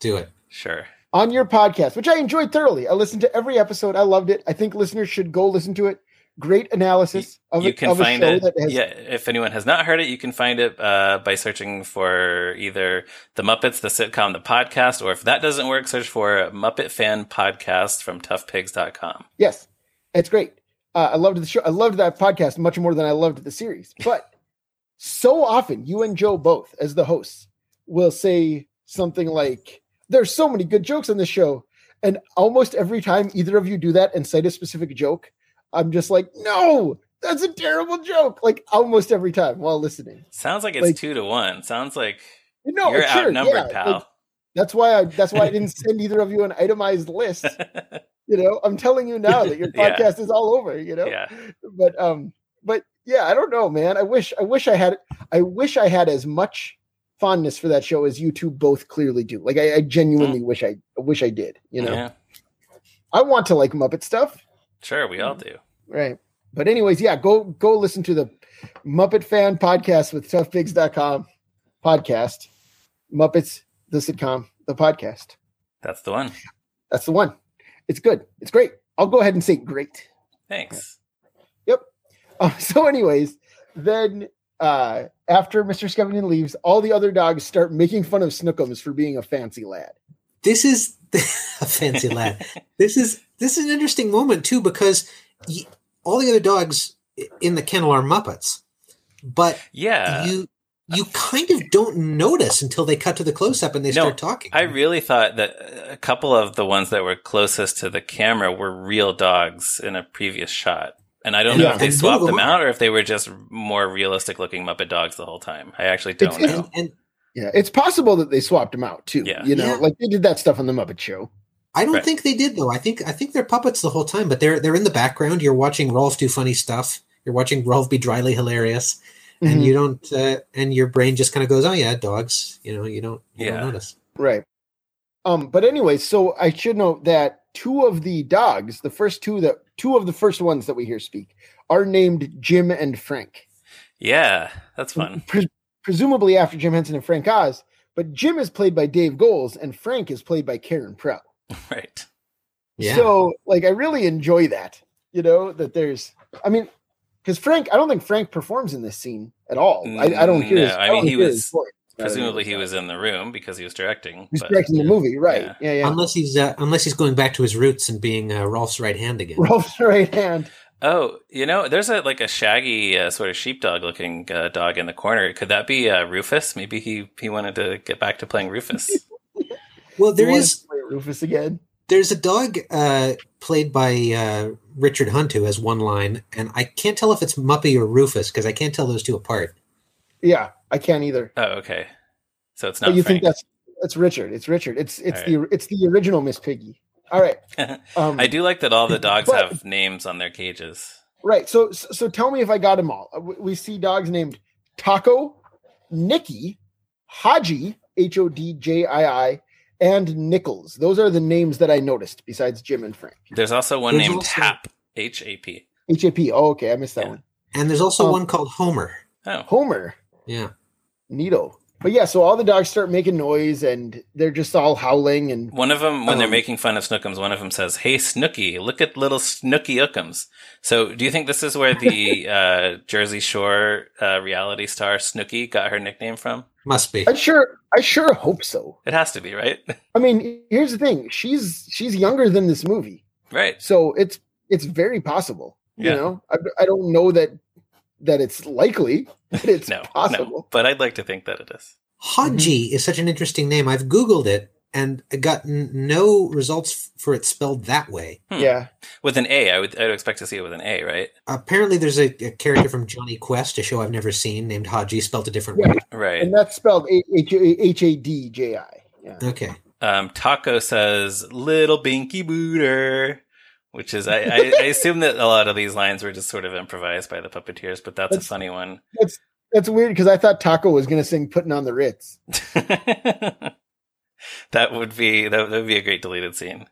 S3: Do it.
S2: sure
S1: On your podcast, which I enjoyed thoroughly. I listened to every episode. I loved it. I think listeners should go listen to it. Great analysis of,
S2: you
S1: a-
S2: can
S1: of a
S2: find
S1: show
S2: it
S1: that has
S2: yeah if anyone has not heard it you can find it uh, by searching for either the muppets the sitcom the podcast or if that doesn't work search for muppet fan podcast from toughpigs.com
S1: Yes, it's great. Uh, I loved the show. I loved that podcast much more than I loved the series. But so often, you and Joe both, as the hosts, will say something like, "There's so many good jokes on this show," and almost every time either of you do that and cite a specific joke, I'm just like, "No, that's a terrible joke!" Like almost every time while listening.
S2: sounds like it's
S1: Like-
S2: two to one sounds like
S1: No,
S2: you're
S1: sure, yeah,
S2: outnumbered
S1: like,
S2: pal
S1: that's why I. That's why I didn't send either of you an itemized list. You know, I'm telling you now that your
S2: Yeah.
S1: podcast is all over. You know,
S2: yeah
S1: but um but yeah i don't know man i wish i wish i had i wish i had as much fondness for that show as you two both clearly do like i, I genuinely wish i wish i did you know
S2: yeah
S1: i want to like muppet stuff
S2: sure we all do
S1: right but anyways yeah go go listen to the muppet fan podcast with toughpigs.com podcast muppets the sitcom the podcast
S2: that's the one
S1: that's the one it's good it's great i'll go ahead and say great
S2: thanks
S1: Um, so, anyways, then uh, after Mr. Skevington leaves, all the other dogs start making fun of Snookums for being a fancy lad.
S3: This is a fancy lad. This is this is an interesting moment too because y all the other dogs i- in the kennel are Muppets, but
S2: Yeah.
S3: you you kind of don't notice until they cut to the close up and they
S2: No,
S3: start talking.
S2: I really thought that a couple of the ones that were closest to the camera were real dogs in a previous shot. And I don't know
S1: Yeah.
S2: if they
S3: And none
S2: swapped
S3: of them
S2: them
S3: are.
S2: out or if they were just more realistic looking Muppet dogs the whole time. I actually don't
S1: It's-
S2: know.
S3: and, and
S1: Yeah, it's possible that they swapped him out too.
S2: Yeah.
S1: You know,
S3: Yeah.
S1: like they did that stuff on the Muppet Show.
S3: I don't
S2: Right.
S3: think they did though. I think I think they're puppets the whole time, but they're they're in the background. You're watching Rolf do funny stuff. You're watching Rolf be dryly hilarious. and
S1: Mhm.
S3: you don't uh, and your brain just kind of goes oh yeah dogs you know you don't you
S2: Yeah.
S3: don't notice
S1: Right. Um, but anyway, so I should note that two of the dogs, the first two that two of the first ones that we hear speak, are named Jim and Frank.
S2: Yeah, that's fun.
S1: Pre- presumably after Jim Henson and Frank Oz, but Jim is played by Dave Goles and Frank is played by Karen Prout.
S2: Right.
S3: yeah
S1: So like I really enjoy that, you know, that there's I mean, because Frank, I don't think Frank performs in this scene at all. I, I don't hear his,
S2: Mm, No, I
S1: I
S2: mean,
S1: don't
S2: he
S1: hear
S2: was-
S1: his voice.
S2: Presumably he was in the room because he was directing.
S1: He's
S2: but-
S1: directing the movie, right.
S2: Yeah.
S1: Yeah, yeah.
S3: Um, unless he's uh, unless he's going back to his roots and being uh, Rolf's right hand again
S1: Rolf's right hand.
S2: Oh, you know, there's a like a shaggy uh, sort of sheepdog looking uh, dog in the corner. Could that be uh, Rufus? Maybe he he wanted to get back to playing Rufus.
S3: Well, there
S1: You wanna
S3: is
S1: play Rufus again.
S3: there's a dog uh, played by uh, Richard Hunt who has one line, and I can't tell if it's Muppy or Rufus because I can't tell those two apart.
S1: Yeah, I can't either.
S2: oh, okay. So it's not
S1: But you
S2: Frank.
S1: think that's that's Richard? It's Richard. It's it's
S2: All
S1: the it's the original Miss Piggy. All right. Um,
S2: I do like that all the dogs
S1: But-
S2: have names on their cages.
S1: Right. So, so so tell me if I got them all. Uh, we- We see dogs named Taco, Nikki, Haji, H O D J I I, and Nichols. Those are the names that I noticed besides Jim and Frank.
S2: There's also one
S3: There's
S2: named
S3: also-
S2: Hap. H A P.
S1: H A P. Oh, okay. I missed that
S2: Yeah.
S1: one.
S3: And there's also
S1: Um,
S3: one called Homer.
S2: Oh,
S1: Homer,
S3: Yeah,
S1: Nito. But yeah, so all the dogs start making noise and they're just all howling and
S2: One of them, when they're
S1: Um,
S2: making fun of Snookums, one of them says, "Hey Snooky, look at little Snooky Ookums." So, do you think this is where the uh, Jersey Shore uh, reality star Snooky got her nickname from?
S3: must be.
S1: I sure I sure hope so.
S2: It has to be, right?
S1: I mean, here's the thing. She's she's younger than this movie.
S2: right.
S1: So it's it's very possible.
S2: Yeah.
S1: You know, I, I don't know that that it's likely, but it's
S2: No, no.
S1: possible.
S2: But I'd like to think that it is.
S3: Haji is such an interesting name. I've Googled it and gotten no results f- for it spelled that way.
S2: Hmm.
S1: Yeah,
S2: With an A, I would I'd expect to see it with an A, right?
S3: Apparently, there's a, a character from Johnny Quest, a show I've never seen, named Haji, spelled a different way.
S2: Right.
S1: and that's spelled A- H A H A D J I. Yeah,
S3: Okay.
S2: Um, Taco says, "Little Binky Booter." Which is, I, I, I assume that a lot of these lines were just sort of improvised by the puppeteers, but that's a
S1: That's-
S2: funny one.
S1: that's weird because I thought Taco was gonna sing "Putting on the Ritz."
S2: that would be that would be a great deleted scene.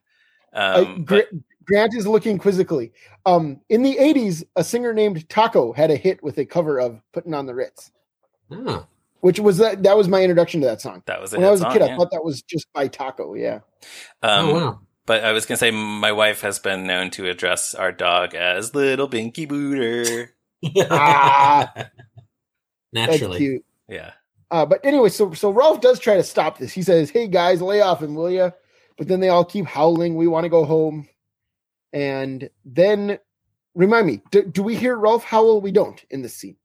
S1: I-
S2: Um,
S1: Gra- Grant is looking quizzically. Um, in the '80s, a singer named Taco had a hit with a cover of "Putting on the Ritz,"
S3: Oh.
S1: which was that, that was my introduction to that song.
S2: but that was a
S1: When I
S2: hit
S1: was a
S2: song,
S1: kid, I
S2: yeah.
S1: thought that was just by Taco. Yeah,
S2: Um,
S3: oh, wow.
S2: But I was gonna say my wife has been known to address our dog as little Binky Booter.
S1: Ah, that's
S3: Naturally.
S1: cute.
S2: yeah,
S1: Uh, but anyway, so so Ralph does try to stop this. He says, "Hey guys, lay off him, will ya?" But then they all keep howling. We want to go home. And then, remind me, do, do we hear Ralph howl? We don't in this scene.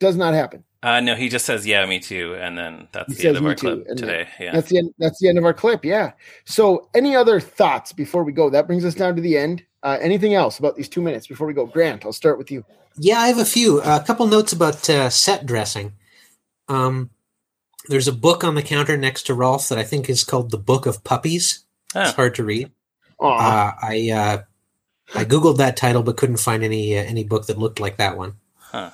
S1: Does not happen.
S2: uh, no, he just says yeah, me too, and then that's
S1: He
S2: the
S1: says,
S2: end of
S1: "Me
S2: our
S1: too,"
S2: clip
S1: and
S2: today. Yeah,
S1: That's the end. That's the end of our clip. Yeah. So, any other thoughts before we go? That brings us down to the end. Uh, anything else about these two minutes before we go? Grant, I'll start with you.
S3: Yeah, I have a few. A couple notes about uh, set dressing. Um, there's a book on the counter next to Rolf that I think is called The Book of Puppies.
S2: Ah.
S3: It's hard to read.
S1: Aw,
S3: Uh, I uh, I googled that title but couldn't find any uh, any book that looked like that one.
S2: Huh.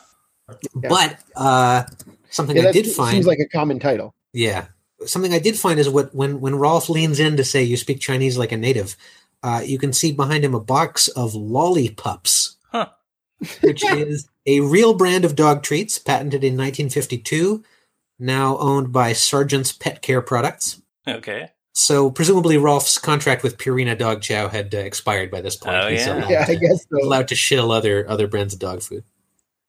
S3: But uh, something
S1: yeah,
S3: I
S1: that
S3: did
S1: seems
S3: find,
S1: like a common title.
S3: yeah, something I did find is what when when Rolf leans in to say you speak Chinese like a native, uh, you can see behind him a box of lollipops,
S2: Huh.
S3: which is a real brand of dog treats patented in 1952, now owned by Sargent's Pet Care Products.
S2: okay.
S3: So presumably Rolf's contract with Purina Dog Chow had uh, expired by this point.
S2: Oh,
S3: He's
S2: yeah.
S3: allowed
S1: Yeah, I
S3: to-
S1: guess so.
S3: allowed to shill other other brands of dog food.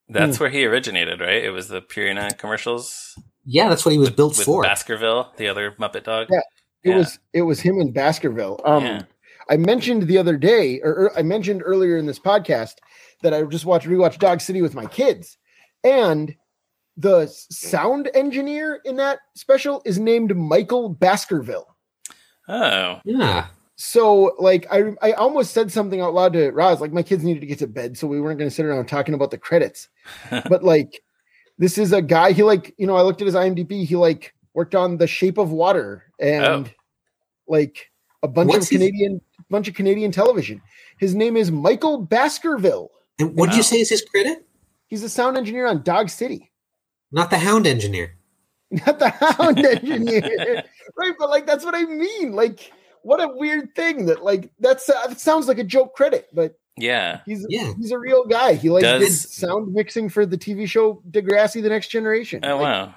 S2: That's where he originated, right? It was the Purina commercials
S3: Yeah, that's what he was built
S2: with
S3: for.
S2: Baskerville, the other Muppet dog.
S1: Yeah. It
S2: Yeah.
S1: was it was him in Baskerville. Um,
S2: Yeah.
S1: I mentioned the other day, or, or I mentioned earlier in this podcast that I just watched rewatch Dog City with my kids, and the s- sound engineer in that special is named Michael Baskerville.
S2: Oh,
S3: yeah,
S1: So, like, I I almost said something out loud to Roz, like my kids needed to get to bed, so we weren't going to sit around talking about the credits. but like, this is a guy. He like, you know, I looked at his IMDb. He like worked on The Shape of Water and like a bunch
S3: Oh. What's
S1: of
S3: his-
S1: Canadian bunch of Canadian television. His name is Michael Baskerville.
S3: and what did
S2: Wow.
S3: you say is his credit?
S1: He's a sound engineer on Dog City,
S3: Not the Hound Engineer.
S1: not the Hound engineer, right? But like, that's what I mean. Like, what a weird thing that like that's uh, that sounds like a joke credit, but
S2: yeah.
S1: he's
S3: Yeah.
S1: he's a real guy. He like did
S2: Does-
S1: sound mixing for the TV show Degrassi: The Next Generation.
S2: Oh
S1: Like,
S2: wow.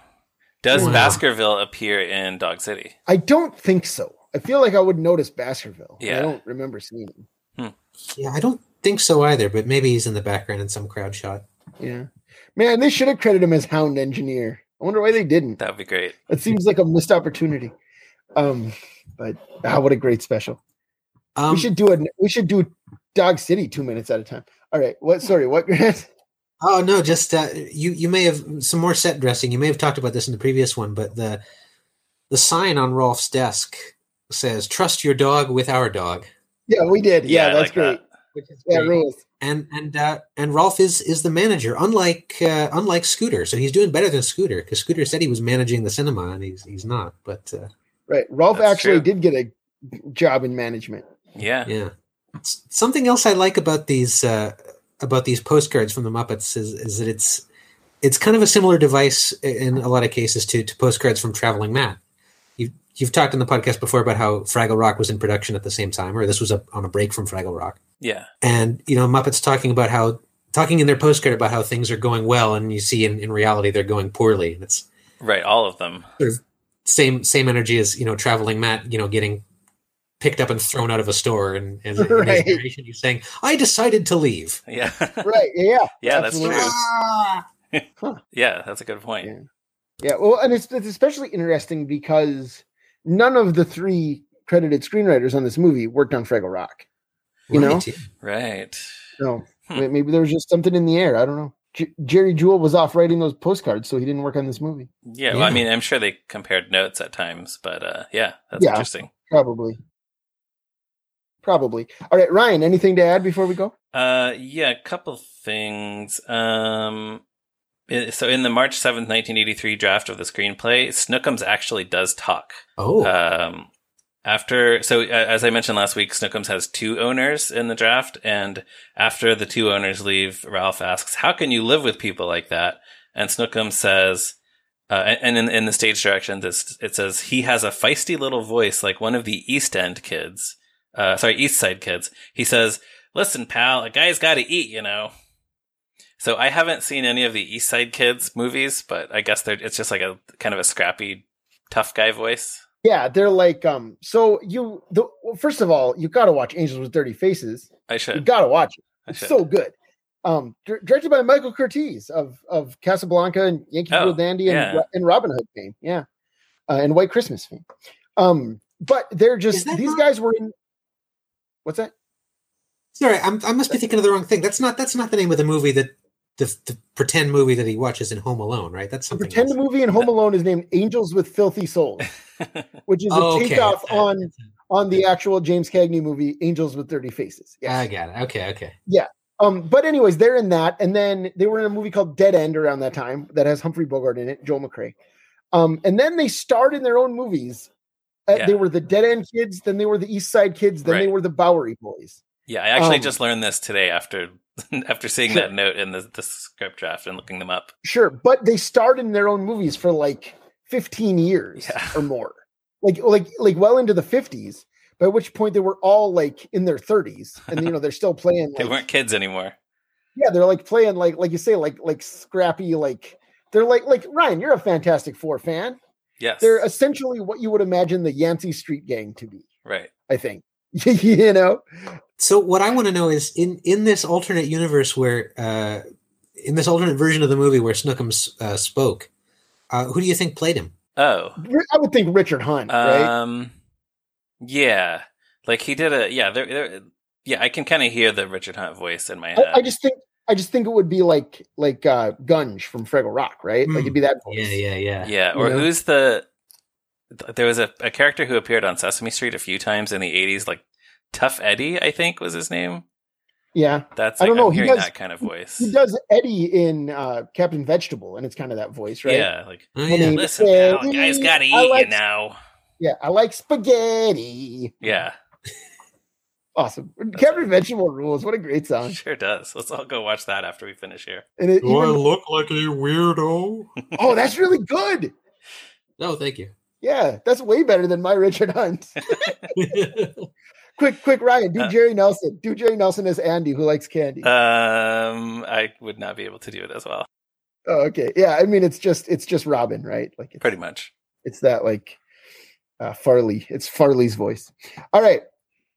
S2: Does
S3: Wow.
S2: Baskerville appear in Dog City?
S1: I don't think so. I feel like I would notice Baskerville.
S2: Yeah.
S1: I don't remember seeing him.
S3: Yeah, I don't think so either, but maybe he's in the background in some crowd shot.
S1: Yeah, man, they should have credited him as Hound Engineer. I wonder why they didn't.
S2: That would be great.
S1: It seems like a missed opportunity. Um, but ah, what a great special.
S3: Um,
S1: we should do it. We should do Dog City two minutes at a time. All right. What? Sorry. What? Grant?
S3: Oh no, just uh, you. You may have some more set dressing. You may have talked about this in the previous one, but the the sign on Rolf's desk says "Trust your dog with our dog,"
S1: Yeah, we did. Yeah,
S2: I
S1: that's
S2: like
S1: great.
S2: that.
S3: which is
S1: Yeah,
S3: great.
S1: rules.
S3: and and uh, and Rolf is is the manager, unlike uh, unlike Scooter. So he's doing better than Scooter because Scooter said he was managing the cinema, and he's he's not. But uh,
S1: Right. Rolf
S2: That's
S1: actually
S2: true.
S1: did get a job in management.
S2: Yeah.
S3: yeah, S- something else I like about these uh, about these postcards from the Muppets is is that it's it's kind of a similar device i- in a lot of cases to to postcards from Traveling Matt. You you've talked on the podcast before about how Fraggle Rock was in production at the same time, or this was a, on a break from Fraggle Rock.
S2: Yeah.
S3: and you know muppets talking about how talking in their postcard about how things are going well and you see in, in reality they're going poorly and it's
S2: Right. All of them.
S3: same same energy as you know traveling matt you know getting picked up and thrown out of a store and, and in his
S1: Right.
S3: narration he's saying i decided to leave
S2: Yeah.
S1: Right. Yeah.
S2: yeah. That's
S1: Absolutely.
S2: true.
S1: Ah.
S2: Yeah. That's a good point.
S1: Yeah. Yeah. Well, and it's, it's especially interesting because none of the three credited screenwriters on this movie worked on Fraggle Rock. You know?
S3: Right.
S2: Right.
S1: No.
S2: Hmm.
S1: May- Maybe there was just something in the air. I don't know. J- Jerry Jewell was off writing those postcards, so he didn't work on this movie.
S2: Yeah. Well, I
S3: Yeah.
S2: mean, I'm sure they compared notes at times, but uh, yeah, that's
S1: Yeah.
S2: interesting.
S1: Probably. Probably. All right, Ryan, anything to add before we go?
S2: Uh, yeah, a couple things. Um, i- so in the March 7th, 1983 draft of the screenplay, Snookums actually does talk.
S3: oh
S2: Um, after so uh, as I mentioned last week, Snookums has two owners in the draft, and after the two owners leave, Ralph asks, "How can you live with people like that?" And Snookums says, uh, and in, in the stage direction, this it says he has a feisty little voice like one of the East End kids, uh, sorry, East Side kids. He says, "Listen, pal, a guy's got to eat, you know." So I haven't seen any of the East Side Kids movies, but I guess they're it's just like a kind of a scrappy, tough guy voice.
S1: Yeah, they're like, um, so you, the, well, first of all, you got to watch Angels with Dirty Faces.
S2: I
S1: You
S2: should.
S1: got to watch it.
S2: I
S1: It's
S2: should.
S1: so good. Um, dir- directed by Michael Curtiz of of Casablanca and Yankee
S2: Oh,
S1: Doodle Dandy and,
S2: yeah.
S1: and Robin Hood fame, yeah, uh, and White Christmas fame. Um, but they're just
S3: that
S1: these
S3: not-
S1: guys were in. What's that?
S3: sorry I'm, i must be thinking of the wrong thing that's not that's not the name of the movie that the, the pretend movie that he watches in home alone right that's
S1: The
S3: something
S1: pretend
S3: else.
S1: movie in Home Alone is named Angels with Filthy Souls, which is a
S3: Oh, okay.
S1: takeoff
S3: Uh,
S1: on on the actual James Cagney movie Angels with Dirty Faces.
S3: i
S1: Yeah.
S3: got it okay okay
S1: Um, but anyways, they're in that, and then they were in a movie called Dead End around that time that has Humphrey Bogart in it, Joel McRae. Um, and then they starred in their own movies. Uh,
S2: Yeah.
S1: They were the Dead End Kids, then they were the East Side Kids, then they
S2: Right.
S1: were the Bowery Boys.
S2: yeah, I actually
S1: Um,
S2: just learned this today after after seeing
S1: Sure.
S2: that note in the, the script draft and looking them up.
S1: Sure, but they starred in their own movies for like 15 years
S2: Yeah.
S1: or more, like like like well into the 50s. By which point they were all like in their 30s, and you know they're still playing.
S2: They
S1: like,
S2: weren't kids anymore.
S1: Yeah, they're like playing like like you say like like scrappy like they're like like Ryan, you're a Fantastic Four fan.
S2: Yes,
S1: They're essentially what you would imagine the Yancey Street Gang to be.
S2: right.
S1: I think you know.
S3: So what I want to know is in in this alternate universe where uh, in this alternate version of the movie where Snookums uh, spoke, uh, who do you think played him?
S2: Oh,
S1: Ri- I would think Richard Hunt, right?
S2: um, yeah, like he did a yeah. There, there, yeah, I can kind of hear the Richard Hunt voice in my head.
S1: I, I just think I just think it would be like like uh Gunge from Fraggle Rock, right? Like it'd be that voice.
S3: Hmm. Yeah, yeah, yeah.
S2: yeah, or
S1: you know?
S2: who's the? th- There was a, a character who appeared on Sesame Street a few times in the '80s, like Tough Eddie, I think was his name.
S1: Yeah.
S2: That's
S1: I
S2: like,
S1: don't know,
S2: I'm
S1: he
S2: hearing
S1: does-
S2: that kind of voice.
S1: He does Eddie in uh Captain Vegetable, and it's kind of that voice, right?
S2: Yeah, like
S3: Oh,
S1: When
S3: yeah.
S1: he
S2: listen,
S1: said,
S2: pal, guys, gotta
S1: "I
S2: eat you
S1: like-
S2: now.
S1: Yeah, I like spaghetti.
S2: Yeah,
S1: Awesome. Captain Vegetable rules. What a great song.
S2: sure does. Let's all go watch that after we finish here.
S1: And it even-
S3: look like a weirdo?
S1: oh, that's really good.
S3: No, thank you.
S1: Yeah, that's way better than my Richard Hunt. quick, quick, Ryan, do
S2: Uh,
S1: Jerry Nelson. Do Jerry Nelson as Andy, who likes candy.
S2: Um, I would not be able to do it as well.
S1: oh, okay. Yeah, I mean, it's just it's just Robin, right? Like it's,
S2: Pretty much.
S1: it's that like uh, Farley. It's Farley's voice. All right.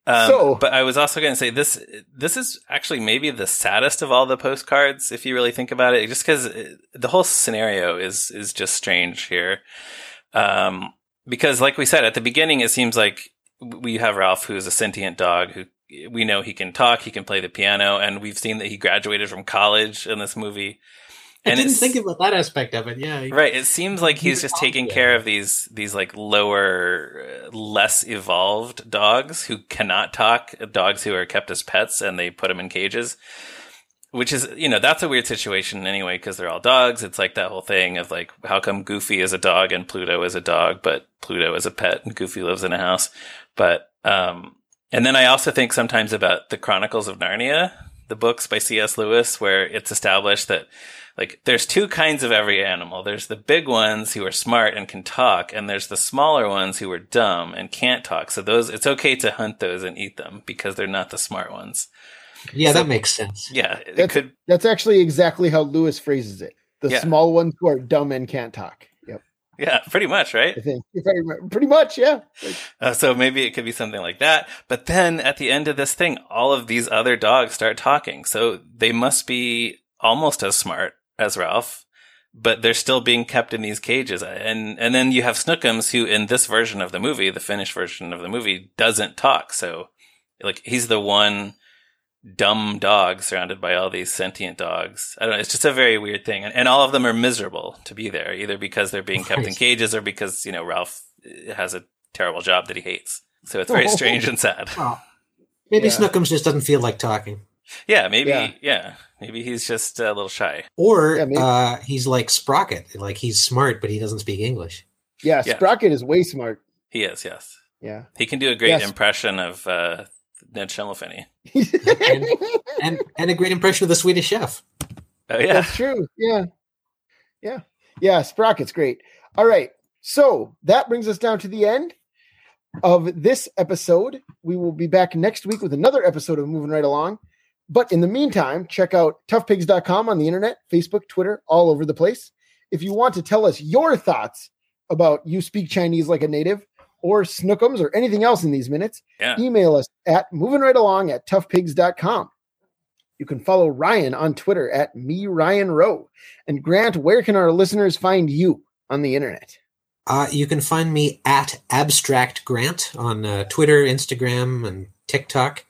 S2: Um,
S1: So-
S2: but I was also going to say this. This is actually maybe the saddest of all the postcards, if you really think about it, just because the whole scenario is is just strange here. Um, because, like we said at the beginning, it seems like we have Ralph, who is a sentient dog who we know he can talk, he can play the piano, and we've seen that he graduated from college in this movie.
S3: I didn't
S2: it's-
S3: think about that aspect of it. Yeah,
S2: right it seems like he's just taking
S3: Yeah.
S2: care of these these like lower uh, less evolved dogs who cannot talk dogs who are kept as pets and they put them in cages which is you know that's a weird situation anyway because they're all dogs it's like that whole thing of like how come goofy is a dog and pluto is a dog but pluto is a pet and goofy lives in a house but um and then i also think sometimes about the chronicles of narnia the books by cs lewis where it's established that like there's two kinds of every animal. There's the big ones who are smart and can talk, and there's the smaller ones who are dumb and can't talk. So those it's okay to hunt those and eat them because they're not the smart ones.
S3: yeah, that makes sense.
S2: Yeah, it
S1: That's-
S2: could
S1: That's actually exactly how Lewis phrases it. The
S2: Yeah.
S1: small ones who are dumb and can't talk. Yep,
S2: yeah, pretty much, right?
S1: I think if I remember, pretty much, yeah. Like,
S2: Uh, so maybe it could be something like that. But then at the end of this thing, all of these other dogs start talking. So they must be almost as smart as Ralph, but they're still being kept in these cages. And, and then you have Snookums who in this version of the movie, the Finnish version of the movie doesn't talk. So like he's the one dumb dog surrounded by all these sentient dogs. I don't know. It's just a very weird thing. And, and all of them are miserable to be there, either because they're being kept in
S3: Right.
S2: cages or because, you know, Ralph uh, has a terrible job that he hates. So it's
S1: Oh.
S2: very strange and sad.
S3: Well, maybe
S1: Yeah.
S3: Snookums just doesn't feel like talking,
S2: Yeah, maybe. Yeah.
S1: Yeah.
S2: maybe he's just a little shy.
S3: or
S1: Yeah, maybe.
S3: uh, he's like Sprocket, like he's smart but he doesn't speak English.
S1: yeah,
S2: Yeah.
S1: Sprocket is way smart.
S2: He is. Yes,
S1: Yeah.
S2: he can do a great
S1: Yes.
S2: impression of uh, Ned Schimmelfenny.
S3: And and a great impression of the Swedish Chef.
S2: Oh yeah,
S1: That's true. Yeah. Yeah. Yeah. Sprocket's great. All right. So that brings us down to the end of this episode. We will be back next week with another episode of Moving Right Along. But in the meantime, check out toughpigs.com on the internet, Facebook, Twitter, all over the place. If you want to tell us your thoughts about you speak Chinese like a native or snookums or anything else in these minutes,
S2: yeah.
S1: email us at moving right along at toughpigs.com. You can follow Ryan on Twitter at me Ryan Rowe. And Grant, where can our listeners find you on the internet?
S3: Uh, you can find me at Abstract Grant on uh, Twitter, Instagram, and TikTok.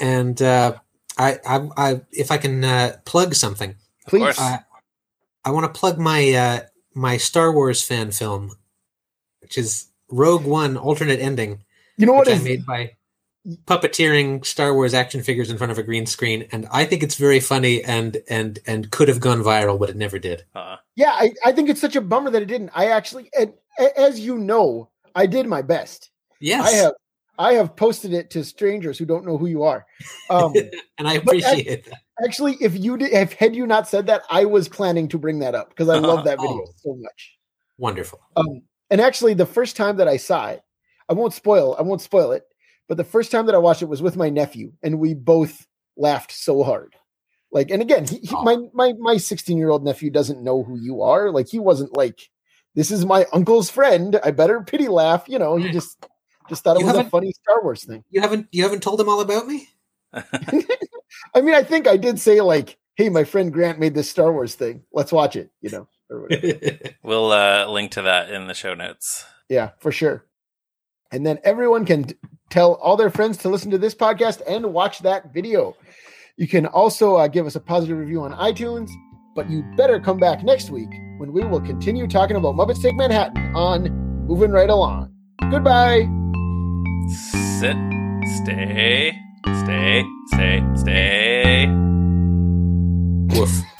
S3: And uh, I, I, I, if I can uh, plug something,
S1: Please.
S2: course.
S3: uh, I want to plug my uh, my Star Wars fan film, which is Rogue One alternate ending,
S1: You know what
S3: which I
S1: is
S3: made by puppeteering Star Wars action figures in front of a green screen, and I think it's very funny and and and could have gone viral, but it never did.
S2: Aw.
S1: yeah, I, I think it's such a bummer that it didn't. I actually and a- as you know, I did my best.
S3: Yes,
S1: I have I have posted it to strangers who don't know who you are. Um
S3: and I
S1: But I-
S3: appreciate it.
S1: actually if you did if had you not said that, I was planning to bring that up because I love that video
S3: Oh.
S1: so much.
S3: Wonderful.
S1: Um, and actually, the first time that I saw it, I won't spoil. I won't spoil it. But the first time that I watched it was with my nephew, and we both laughed so hard. Like, and again, he, he,
S3: Aw.
S1: my my my sixteen year old nephew doesn't know who you are. Like, he wasn't like, "This is my uncle's friend." I better pity laugh. You know, he just just thought it
S3: Hmm. You
S1: was a
S3: haven't-
S1: funny Star Wars thing.
S3: You haven't you haven't told them all about me?
S1: I mean, I think I did say like, "Hey, my friend Grant made this Star Wars thing. Let's watch it." You know, or whatever.
S2: We'll uh, link to that in the show notes.
S1: Yeah, for sure. And then everyone can t- tell all their friends to listen to this podcast and watch that video. You can also uh, give us a positive review on iTunes, but you better come back next week when we will continue talking about Muppets Take Manhattan on Moving Right Along. Goodbye.
S2: Sit, stay, stay, stay, stay.
S3: Woof.